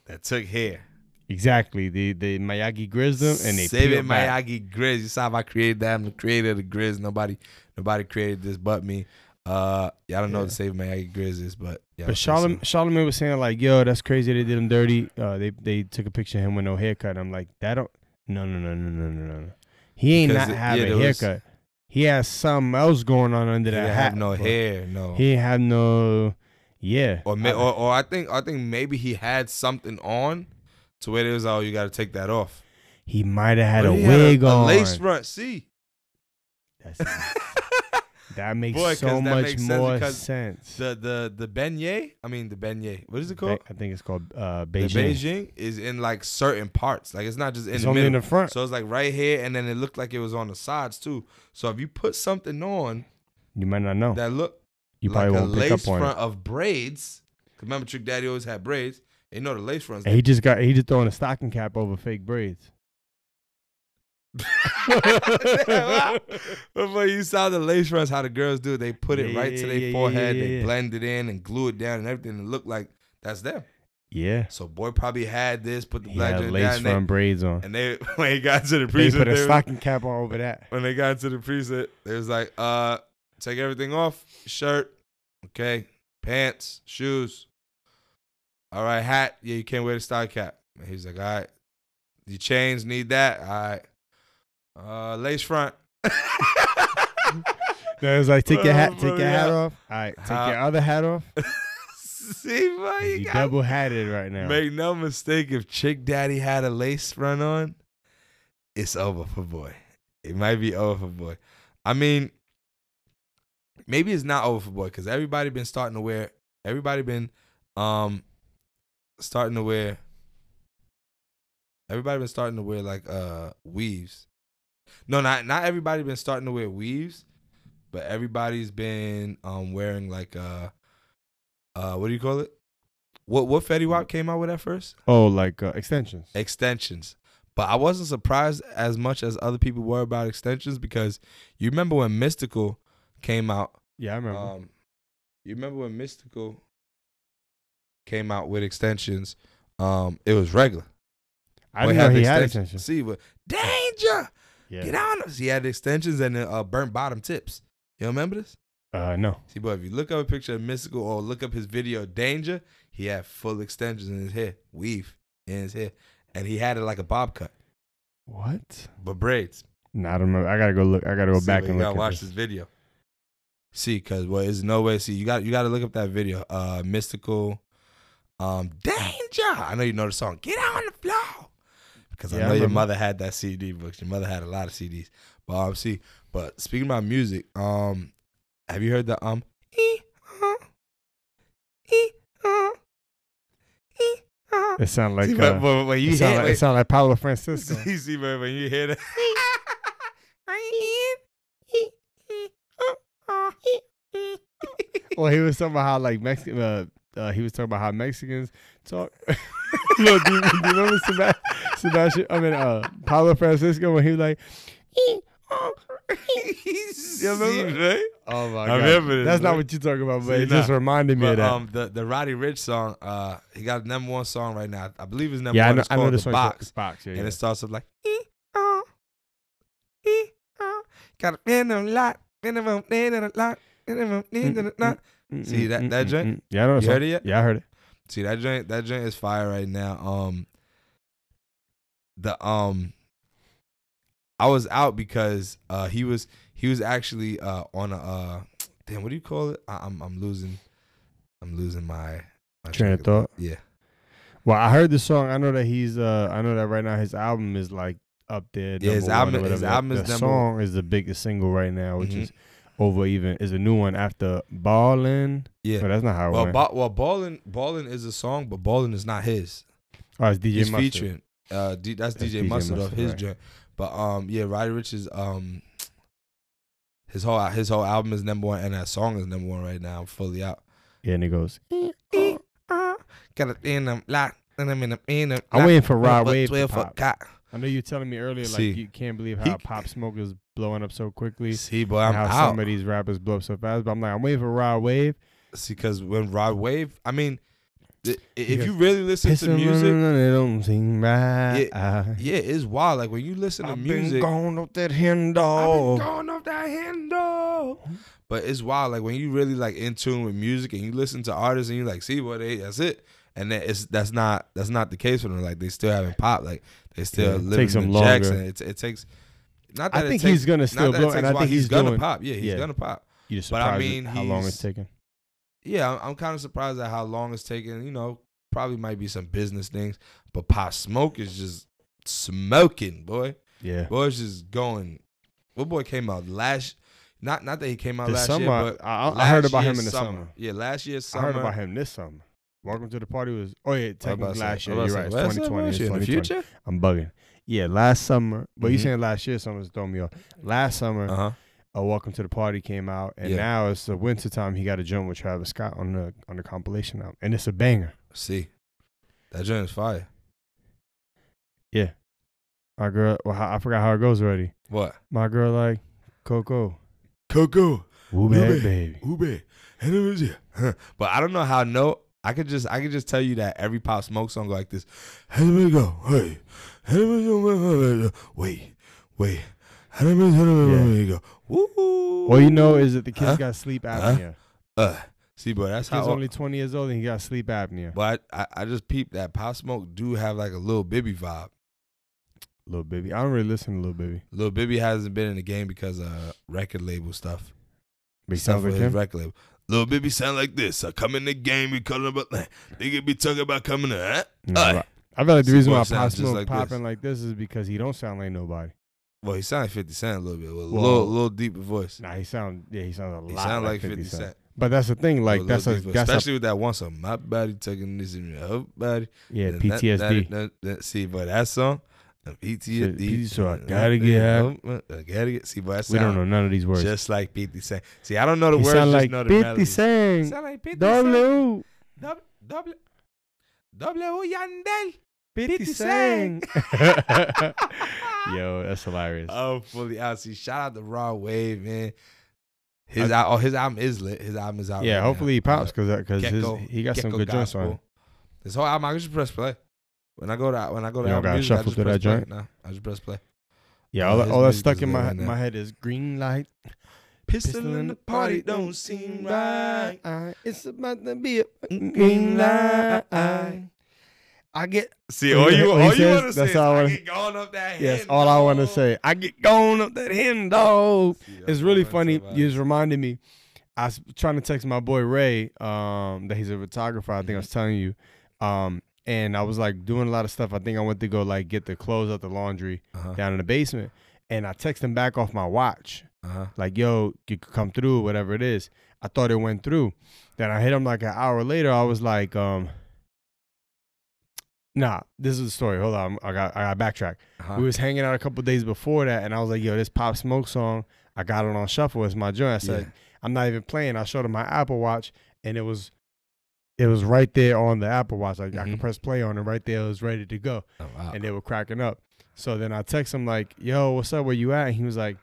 A: that took hair.
B: exactly the the Miyagi Grisdom and they
A: Save it,
B: peeled back.
A: Miyagi Grizz. You saw how I created that. I'm the creator of the Grizz. Nobody, nobody created this but me. Uh, yeah, I don't know what the Save Miyagi Grizz is, but yeah.
B: But Charlem Charlemagne was saying like, "Yo, that's crazy. They did him dirty. Uh, they they took a picture of him with no haircut." I'm like, "That don't. No, no, no, no, no, no, no. He ain't
A: Because
B: not
A: it-
B: have
A: yeah,
B: a
A: there was-
B: haircut. he has something else going on under
A: did
B: that
A: I
B: hat.
A: have no
B: bro.
A: hair? No.
B: He ain't have no. Yeah.
A: or, may,
B: I-
A: or or I think I think maybe he had something on to where it was oh you got to take that off.
B: He might have had a
A: But he had
B: wig on.
A: a lace front. See,
B: That's- that makes
A: Boy, 'cause
B: so
A: that
B: much
A: makes sense
B: more
A: because
B: sense.
A: the the the beignet. I mean the beignet. What is it
B: Ba-
A: called?
B: I think it's called uh,
A: The
B: Beijing.
A: Beijing is in like certain parts. Like it's not just in
B: It's
A: the
B: only
A: middle.
B: in the front.
A: So it's like right here, and then it looked like it was on the sides too. So if you put something on
B: you might not know.
A: that looked
B: Oh. You
A: like
B: probably
A: a
B: won't pick
A: lace
B: up on it.
A: front of braids, 'cause remember Trick Daddy always had braids. And you know the lace fronts.
B: And he just got. He just throwing a stocking cap over fake braids.
A: Before you saw the lace fronts, how the girls do it, they put it
B: Yeah,
A: right to
B: yeah,
A: their
B: yeah, yeah,
A: forehead,
B: yeah,
A: they
B: yeah.
A: blend it in and glue it down and everything. It looked like that's them.
B: Yeah.
A: So boy probably had this, put the
B: He
A: black
B: had
A: joint
B: lace
A: down,
B: front braids on.
A: and they, and they when he got to the
B: They
A: precinct,
B: put a
A: they was-
B: stocking cap on over that.
A: when they got to the precinct, they was like, uh, take everything off. Shirt, okay, pants, shoes. All right, hat. Yeah, you can't wear the style cap. And he's like, all right. Your chains need that. All right. Uh lace front.
B: No, it was like take your hat,
A: Oh, Bro,
B: take your hat
A: yeah.
B: off. All right, take
A: How-
B: your other hat off.
A: See, bro, you,
B: You
A: got
B: double hatted right now.
A: Make no mistake, if Chick Daddy had a lace front on, it's over for boy. It might be over for boy. I mean, maybe it's not over for boy because everybody been starting to wear. Everybody been um starting to wear. Everybody been starting to wear like uh weaves. No, not not everybody been starting to wear weaves, but everybody's been um wearing like uh uh what do you call it? What what Fetty Wap came out with at first?
B: Oh, like uh, extensions.
A: Extensions. But I wasn't surprised as much as other people were about extensions because you remember when Mystical came out.
B: Yeah, I remember.
A: Um, you remember when Mystical came out with extensions. Um, it was regular.
B: I
A: Boy
B: didn't know
A: the
B: he had
A: extension-
B: extensions.
A: See, but danger,
B: Yeah.
A: get on us. He had extensions and uh, burnt bottom tips. You remember this?
B: Uh, no.
A: See, but if you look up a picture of Mystical or look up his video Danger, he had full extensions in his hair, weave in his hair, and he had it like a bob cut,
B: What?
A: but braids.
B: No, I don't remember. I gotta go look. I gotta go
A: See,
B: back
A: but
B: and
A: you
B: look.
A: gotta
B: at
A: watch this video. See, cause well, there's no way. See, you got you got to look up that video. Uh, Mystical, um, Danger. I know you know the song. Get on the floor. Because
B: Yeah, I
A: I know your
B: remember.
A: mother had that CD books. Your mother had a lot of CDs. But um, see, but speaking about music, um, have you heard the um? uh, E, ee-haw, ee-haw, ee-haw?
B: It sound like
A: uh, E, See,
B: uh,
A: but- but when you
B: it sound
A: hear
B: like, it sound like Pablo Francisco.
A: See, see, but when you hear that,
B: well, he was talking about how like Mexican. Uh, uh, he was talking about how Mexicans talk. Look, do, you- do you remember Sebas- Sebastian? I mean, uh, Pablo Francisco when he was like,
A: He's
B: You remember?
A: See, right?
B: Oh my
A: I
B: god,
A: remember this,
B: that's not
A: bro.
B: what you're talking about, but
A: See,
B: it just
A: nah.
B: reminded me of
A: But,
B: that.
A: um, the the Roddy Rich song, uh, he got a number one song right now. I believe his number
B: yeah, I
A: one
B: know,
A: is
B: I know
A: called
B: this
A: the
B: one's
A: Box,
B: box. Yeah,
A: and
B: yeah.
A: it starts off like e oh, e oh, got a minimum lot, minimum need and a lot, minimum need and a lot.
B: Mm,
A: See
B: mm,
A: that-
B: mm,
A: that
B: mm,
A: joint?
B: mm. Yeah, I know.
A: You
B: this one.
A: heard it yet?
B: Yeah, I heard it.
A: See that joint, that joint is fire right now. Um, the um, I was out because uh he was he was actually uh on a uh damn what do you call it? I, I'm I'm losing, I'm losing my, my
B: Train of
A: track
B: thought.
A: Yeah.
B: Well, I heard the song. I know that he's. uh I know that right now his album is like up there.
A: Yeah, his
B: number
A: album-
B: one or
A: his
B: whatever.
A: album is
B: the
A: number-
B: song is the biggest single right now, which
A: Mhm.
B: is over even is a new one after Ballin.
A: Yeah.
B: No, that's not how it
A: Well,
B: went.
A: ba- well, ballin, ballin is a song, but ballin is not his.
B: oh, it's DJ
A: He's
B: Mustard.
A: featuring. Uh, D- that's,
B: That's
A: DJ,
B: DJ
A: Mustard off
B: Mustard,
A: his
B: right.
A: joint. But um, yeah, Roddy Rich is um, his whole his whole album is number one, and that song is number one right now. I'm fully out.
B: Yeah, and it goes.
A: Got it in uh. them lock, and I'm in them in them.
B: I'm
A: lock,
B: waiting Oh. for
A: and I'm
B: Rod
A: a
B: Wave to
A: Twelve
B: pop.
A: foot cock.
B: I know you were telling me earlier, like
A: See.
B: you can't believe
A: He-
B: how pop smoke is blowing up so quickly.
A: See, boy,
B: and
A: I'm
B: how
A: out.
B: some of these rappers blow up so fast, but I'm like, I'm waiting for Rod Wave.
A: See, because when Rod Wave, I mean, th- i- if
B: Because
A: you really listen to
B: Pissing,
A: music,
B: running, it don't seem right.
A: yeah, it's wild. Like when you listen to
B: I've
A: music,
B: been going up that hand
A: I've
B: dog.
A: been going off that handle. Oh. But it's wild, like when you really like in tune with music and you listen to artists and you like see what they that's it. And that it's that's not that's not the case for them. Like they still haven't popped. Like they still
B: Yeah, it
A: living
B: takes
A: in
B: them
A: Jackson.
B: longer.
A: It, it takes. Not
B: I
A: that it
B: think
A: takes-
B: he's gonna
A: not
B: still
A: that it
B: blow, and
A: takes
B: I
A: why,
B: think
A: he's,
B: he's
A: gonna
B: doing-
A: pop. Yeah, he's
B: yeah.
A: gonna pop.
B: You just
A: But I
B: surprised
A: mean,
B: at how long
A: he's-
B: it's taking.
A: Yeah, I'm, I'm kind of surprised at how long it's taking. You know, probably might be some business things, but Pop Smoke is just smoking, boy.
B: Yeah.
A: Boy's just going. What boy came out last? Not not that he came out
B: The
A: last
B: summer,
A: year, but
B: I, I- I heard
A: last
B: about him
A: year's
B: in the summer.
A: Yeah, last year's
B: I
A: summer.
B: heard about him this summer. Welcome to the party was oh yeah,
A: I was about to say-
B: technically last
A: I
B: year.
A: was
B: You're right.
A: about
B: It's
A: to say, last
B: 2020.
A: summer,
B: It's
A: shit, in the
B: 2020.
A: future.
B: I'm bugging. Yeah, last summer. But you
A: Mhm.
B: saying last year? Something's throwing me off. Last summer,
A: Uh huh.
B: a Welcome to the Party came out, and
A: Yeah.
B: now it's the winter time. He got a joint with Travis Scott on the on the compilation album, and it's a banger.
A: See, that joint is fire.
B: My girl, well, I I forgot how it goes already.
A: What?
B: My girl, like Coco,
A: Coco,
B: woo
A: baby.
B: baby, baby.
A: Ube, and it was you. Huh. But I don't know how. No, I could just I could just tell you that every Pop Smoke song go like this. How do we go? Hey, how do we go? Wait, wait. How do we how do we go? Woo.
B: All you know is that the kid's
A: Huh?
B: got sleep
A: Huh?
B: apnea.
A: Uh, see, boy, that's
B: He's
A: how.
B: only 20 years old and he got sleep apnea.
A: But I, I just peeped that Pop Smoke do have like a little Bibby vibe.
B: Little baby, I don't really listen to little baby.
A: Little Bibby hasn't been in the game because of record label stuff.
B: Big
A: stuff
B: sounds
A: with
B: like
A: his
B: him.
A: record label. Little Bibby sound like this. I come in the game, we call about that. Nigga be talking about coming to huh?
B: No,
A: Uh,
B: but I feel like the
A: This
B: reason
A: boy
B: why
A: sounds
B: Pop
A: just
B: Smoke
A: like this.
B: popping like this is because he don't sound like nobody.
A: Well, he sound like 50 Cent a little bit, with a
B: Whoa.
A: little, little deeper voice.
B: Nah, he sound yeah, he sounds a
A: He
B: lot
A: sound
B: like 50 Cent.
A: Cent.
B: But that's the thing, like
A: with
B: that's
A: little deep
B: a
A: voice.
B: that's a,
A: Especially with that one song, My Body Tucking This in Your Whole Body.
B: yeah
A: Then that- That,
B: PTSD.
A: that, that- see, but that song, uh, PTSD.
B: Shit, so I gotta get out.
A: oh, I gotta get. See, but that
B: we don't
A: sound
B: know none of these words.
A: Just like 50 Cent. See, I don't know the
B: he
A: words,
B: sound
A: just
B: like
A: know the
B: 50
A: melodies.
B: Cent.
A: Sound like 50 Cent.
B: W.
A: Double, double, double Yandel.
B: 50
A: Cent.
B: Cent. Yo, that's hilarious.
A: Oh, fully out. See, shout out to Raw Wave, man. His, al- oh, his album is lit. His album is out.
B: yeah,
A: right now.
B: hopefully he pops because because
A: Gecko-
B: he got some
A: Gecko
B: good joints
A: Gospel.
B: on. it.
A: This whole album, I can just press play. When I go to when I go to
B: You don't
A: Apple
B: gotta
A: music, I
B: shuffle
A: just
B: through
A: press
B: that
A: play.
B: joint?
A: Nah, I just press play.
B: Yeah,
A: Yeah,
B: all, that-
A: Oh, his
B: all that's
A: music
B: stuck
A: is
B: in
A: lit
B: my
A: right now.
B: my head is green light.
A: Pistol in the party don't seem right.
B: It's about to be a
A: green light.
B: I get
A: See,
B: When
A: all
B: he-
A: you
B: when he
A: all you
B: says-
A: want to say
B: that's
A: is
B: all I
A: I
B: wanna-
A: get gone up that
B: yes,
A: hand,
B: all I want to
A: dog."
B: say. I get going up that hen dog.
A: See, that's
B: It's
A: what I
B: really
A: wanna
B: funny.
A: say about
B: You
A: it.
B: just reminded me. I was trying to text my boy Ray, um, that he's a photographer. I
A: Mm-hmm.
B: think I was telling you, um, and I was like doing a lot of stuff. I think I went to go like get the clothes out the laundry
A: Uh-huh,
B: down in the basement, and I text him back off my watch.
A: uh-huh.
B: like, yo, you could come through, whatever it is. I thought it went through. Then I hit him like an hour later. I was like, um, nah, this is the story. Hold on, I got I got backtrack.
A: uh-huh.
B: We was hanging out a couple days before that, and I was like, yo, this Pop Smoke song, I got it on shuffle. It's my joint. I said, I'm not even playing. I showed him my Apple Watch, and it was. It was right there on the Apple Watch. Like I
A: Mhm.
B: could press play on it right there. It was ready to go
A: Oh, wow.
B: and they were cracking up. So then I text him like, "Yo, what's up? Where you at?" And he was like,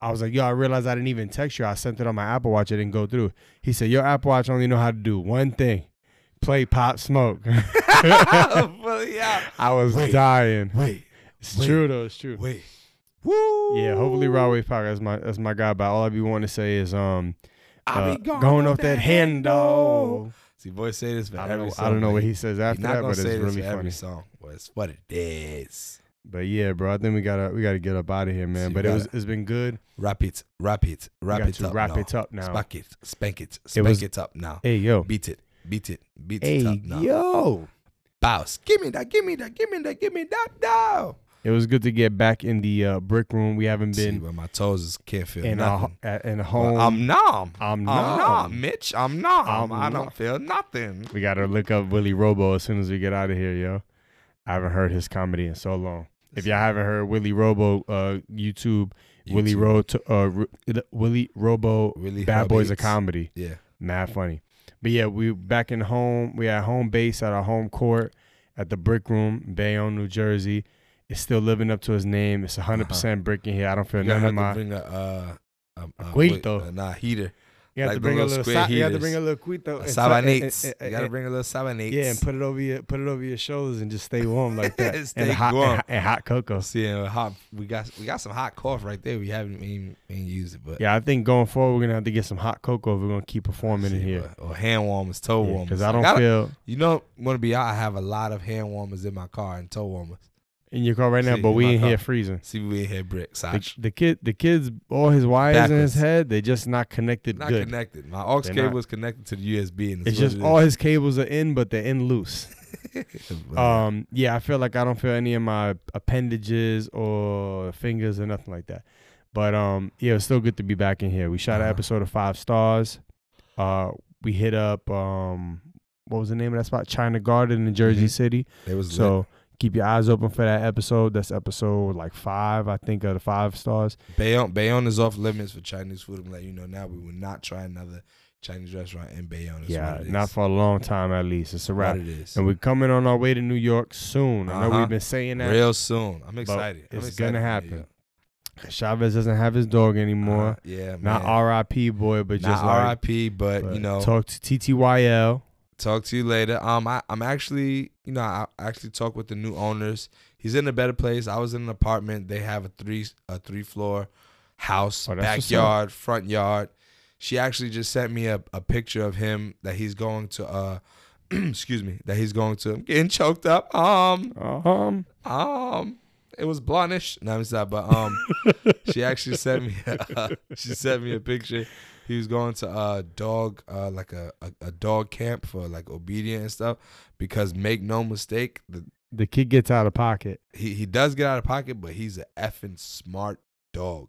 B: I was like, yo, I realized I didn't even text you. I sent it on my Apple Watch. It didn't go through. He said, your Apple Watch only know how to do one thing, play Pop Smoke.
A: Well, yeah.
B: I was
A: Wait.
B: dying.
A: Wait,
B: It's
A: Wait.
B: true though. It's true.
A: wait. Woo.
B: Yeah, hopefully Rodway Parker is my that's my guy. But all I be wanting to say is um
A: I
B: uh,
A: be gone
B: going
A: off
B: off that
A: that
B: handle.
A: See, boys say this for
B: I don't
A: every
B: know,
A: song.
B: I don't know what
A: man.
B: he says
A: He's
B: after
A: not
B: that,
A: gonna
B: but it's
A: say this
B: really
A: for every
B: funny.
A: song. Well, it's what it is.
B: But yeah, bro, I think we gotta we gotta get up out of here, man.
A: you
B: but it was
A: gotta-
B: it's been good.
A: Wrap it, wrap it,
B: We
A: wrap
B: got
A: it
B: to
A: up.
B: wrap
A: now.
B: it up now.
A: Spank it, spank it,
B: It
A: spank
B: was-
A: it up now.
B: Hey yo,
A: Beat it, beat it, beat it
B: hey
A: up now.
B: yo,
A: Bounce. Give me that, give me that, give me that, give me that now.
B: it was good to get back in the uh, brick room. We haven't
A: See,
B: been
A: where my toes is, can't feel
B: in a,
A: nothing.
B: at, in a
A: Well,
B: home.
A: I'm numb.
B: I'm
A: I'm
B: numb.
A: numb, Mitch. I'm numb.
B: I'm
A: I
B: numb.
A: don't feel nothing.
B: we gotta look up Willie Robo as soon as we get out of here, yo. I haven't heard his comedy in so long. If y'all haven't heard Willie Robo, uh, YouTube Willie
A: YouTube.
B: Ro to uh Ru- the- Willie Robo
A: Willie
B: Bad Boys of
A: Hubbates.
B: Comedy.
A: Yeah.
B: Mad funny. But yeah, we back in home. We at home base at our home court at the brick room, Bayonne, New Jersey. It's still living up to his name. It's 100% percent brick in here. I don't feel
A: Uh-huh. You gotta
B: none
A: have
B: of
A: to
B: my.
A: bring a, uh, a, a, a,
B: Aguilito.
A: a- nah, heater.
B: You have
A: like the
B: to bring a
A: little
B: little.
A: square
B: sa- You have to
A: heaters.
B: bring a little quito.
A: A
B: and-
A: Sabanates.
B: and- and-
A: You gotta
B: and-
A: bring a little Sabanates.
B: Yeah, and put it over your put it over your shoulders and just stay warm like that.
A: Stay
B: and hot
A: warm.
B: And, hot- and hot cocoa.
A: See, and hot, we got we got some hot cough right there. We haven't even, even used it, but
B: Yeah, I think going forward we're gonna have to get some hot cocoa if we're gonna keep performing in
A: See,
B: here.
A: but- or hand warmers, toe warmers.
B: Because I don't
A: gotta-
B: feel
A: You know, I'm gonna be out. I have a lot of hand warmers in my car and toe warmers.
B: in your car right now,
A: See,
B: but
A: in
B: we
A: my
B: in
A: car.
B: here freezing.
A: See, we in here bricks. I
B: The, the kid, the kids, all his wires in his
A: Backwards.
B: head, they just not connected
A: not
B: good.
A: connected. My aux
B: They're
A: cable
B: not.
A: is connected to the USB, and
B: It's
A: it's,
B: just all
A: what
B: his cables are in, but they're in loose.
A: it is. But,
B: Um, yeah, I feel like I don't feel any of my appendages or fingers or nothing like that. But um, yeah, it's still good to be back in here. We shot an
A: Uh-huh.
B: episode of Five Stars. Uh, we hit up um, what was the name of that spot? China Garden in Jersey
A: Mhm.
B: City.
A: it was so
B: So keep your eyes open for that episode. That's episode like five, I think, of the Five Stars.
A: Bayonne. Bayonne is off limits for Chinese food. I'm like, you know, now we will not try another Chinese restaurant in Bayonne. It's
B: yeah,
A: what it is.
B: not for a long time at least. It's a
A: what
B: wrap.
A: it is.
B: And we're coming on our way to New York soon. I know
A: Uh-huh.
B: we've been saying that.
A: Real soon. I'm excited. I'm
B: it's
A: excited
B: gonna
A: for you.
B: happen. Chavez doesn't have his dog anymore.
A: Uh, yeah, man.
B: Not R.I.P. boy, but just
A: Not
B: like,
A: R.I.P. But,
B: but
A: you know, talk,
B: talk to TTYL.
A: to you later. Um, I, I'm actually, you know, I I actually talked with the new owners. He's in a better place. I was in an apartment. They have a three a three floor house,
B: Oh, that's what's up.
A: backyard, front yard. She actually just sent me a, a picture of him that he's going to. uh Excuse me, that he's going to. I'm getting choked up. Um,
B: Um,
A: um, it was blondish. No, it's not. But um, she actually sent me she sent me a picture. He was going to uh dog uh like a, a, a dog camp for like obedient and stuff because make no mistake, the,
B: the kid gets out of pocket.
A: he he does get out of pocket, but he's a effing smart dog.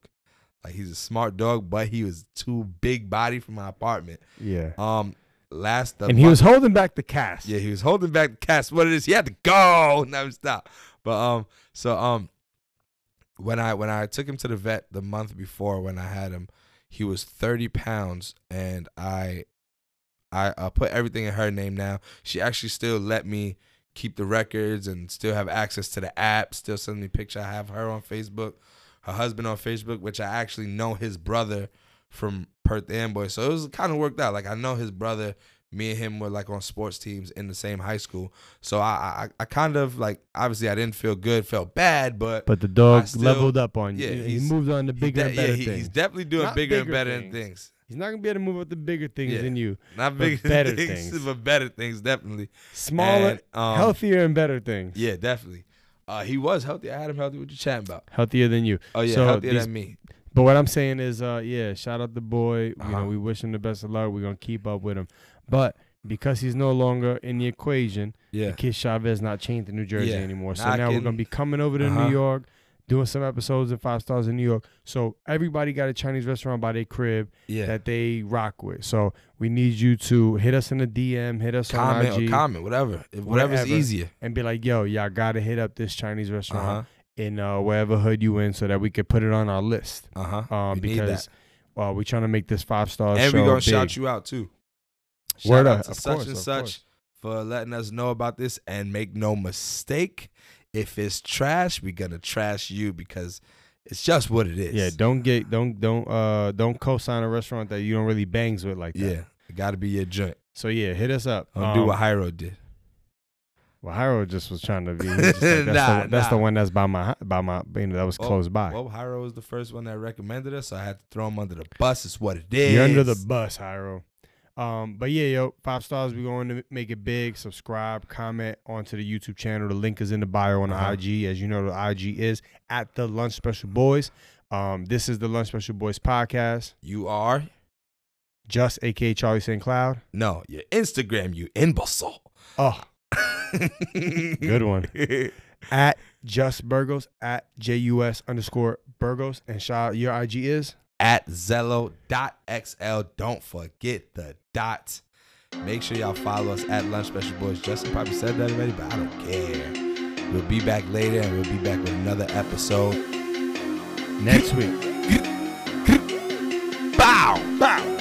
A: Like he's a smart dog, but he was too big body for my apartment.
B: Yeah,
A: Um, last the
B: and he was holding back the cast.
A: yeah, he was holding back the cast. What it is, he had to go. Now stop. But um, so um, when I when I took him to the vet the month before when I had him, he was thirty pounds, and I, I uh, put everything in her name now. She actually still let me keep the records and still have access to the app. Still send me picture. I have her on Facebook, her husband on Facebook, which I actually know his brother from Perth Amboy. So it was kind of worked out. Like I know his brother. Me and him were like on sports teams in the same high school. So I I, I kind of like obviously I didn't feel good, felt bad, but
B: but the dog
A: I still-
B: leveled up on you.
A: yeah,
B: Yeah, he
A: he's-
B: moved on to
A: he
B: bigger
A: de-
B: and better
A: yeah, he-
B: things.
A: He's definitely doing
B: Not
A: bigger, and
B: bigger
A: better
B: things.
A: things.
B: He's not gonna be able to move up the bigger things
A: Yeah.
B: than you.
A: Not
B: But
A: bigger
B: better
A: things,
B: things.
A: but better things definitely.
B: Smaller,
A: And, um,
B: healthier, and better things.
A: Yeah, definitely. Uh, he was healthy. I had him healthy. What you chatting about?
B: Healthier than you.
A: Oh yeah,
B: So
A: healthier
B: these-
A: than me.
B: But what I'm saying is, uh, yeah, shout out the boy. You know,
A: Uh-huh.
B: we wish him the best of luck. We're gonna keep up with him. But because he's no longer in the equation,
A: Yeah,
B: Kid Chavez not chained to New Jersey
A: Yeah,
B: anymore. So
A: not
B: now we're
A: getting-
B: gonna be coming over to
A: Uh-huh.
B: New York, doing some episodes in five stars in New York. So everybody got a Chinese restaurant by their crib
A: yeah.
B: that they rock with. So we need you to hit us in the DM, hit us
A: comment
B: on
A: or
B: IG,
A: comment, whatever. If whatever's
B: Whatever.
A: easier.
B: and be like, yo, y'all gotta hit up this Chinese
A: Uh
B: restaurant
A: huh.
B: in uh, wherever hood you in, so that we could put it on our list
A: Uh huh.
B: um,
A: We need that.
B: because uh, we're trying to make this five star
A: and
B: show.
A: we're gonna
B: big.
A: shout you out too. Shout
B: Word
A: out
B: up.
A: to
B: Of
A: such
B: course,
A: and
B: of
A: such
B: course.
A: for letting us know about this. And make no mistake, if it's trash, we're gonna trash you because It's just what it is.
B: Yeah, don't get don't don't uh don't co-sign a restaurant that you don't really bangs with like that.
A: yeah. It got to be your joint.
B: So yeah, hit us up.
A: Don't do
B: Um,
A: what Hyro did.
B: Well, Harold just was trying to be. he was just like, that's
A: Nah,
B: the, one- that's the
A: nah.
B: one that's by my by my. You know, that was
A: Oh,
B: close by.
A: Well, Hyro was the first one that recommended us, so I had to throw him under the bus. It's what it is.
B: You're under the bus, Hyro. Um, but yeah, yo, five stars. We're going to make it big. Subscribe, comment onto the YouTube channel. The link is in the bio on the
A: Uh-huh.
B: IG. As you know, the IG is at the Lunch Special Boys. Um, this is the Lunch Special Boys podcast.
A: You are?
B: Just aka Charlie St. Cloud.
A: No, your Instagram, you imbecile.
B: Oh, good one. at Just Burgos at J U S underscore Burgos. And shout out your IG is
A: At Zello.xl. Don't forget the dot. Make sure y'all follow us at Lunch Special Boys. Justin probably said that already, but I don't care. We'll be back later and we'll be back with another episode.
B: next week.
A: Bow! Bow!